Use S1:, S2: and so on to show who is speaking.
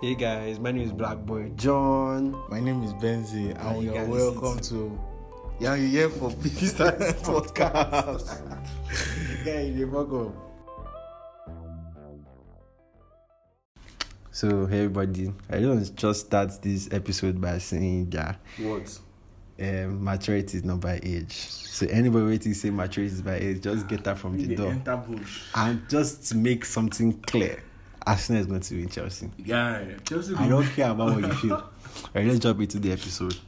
S1: Hey guys, my name is Black Boy John.
S2: My name is Benzi,
S1: And
S2: and you
S1: you
S2: are
S1: can listen
S2: welcome to Young You Here for Peace Podcast.
S1: Guys, you fuck up.
S2: so, hey everybody, I don't just start this episode by saying that
S1: What?
S2: um, maturity is not by age. So, anybody waiting to say maturity is by age, just get that from the door.
S1: enter bush.
S2: And just to make something clear, Arsenal is going to win Chelsea.
S1: Guy, Chelsea.
S2: Ah, I don't care about what you feel. All right, let's jump into the episode.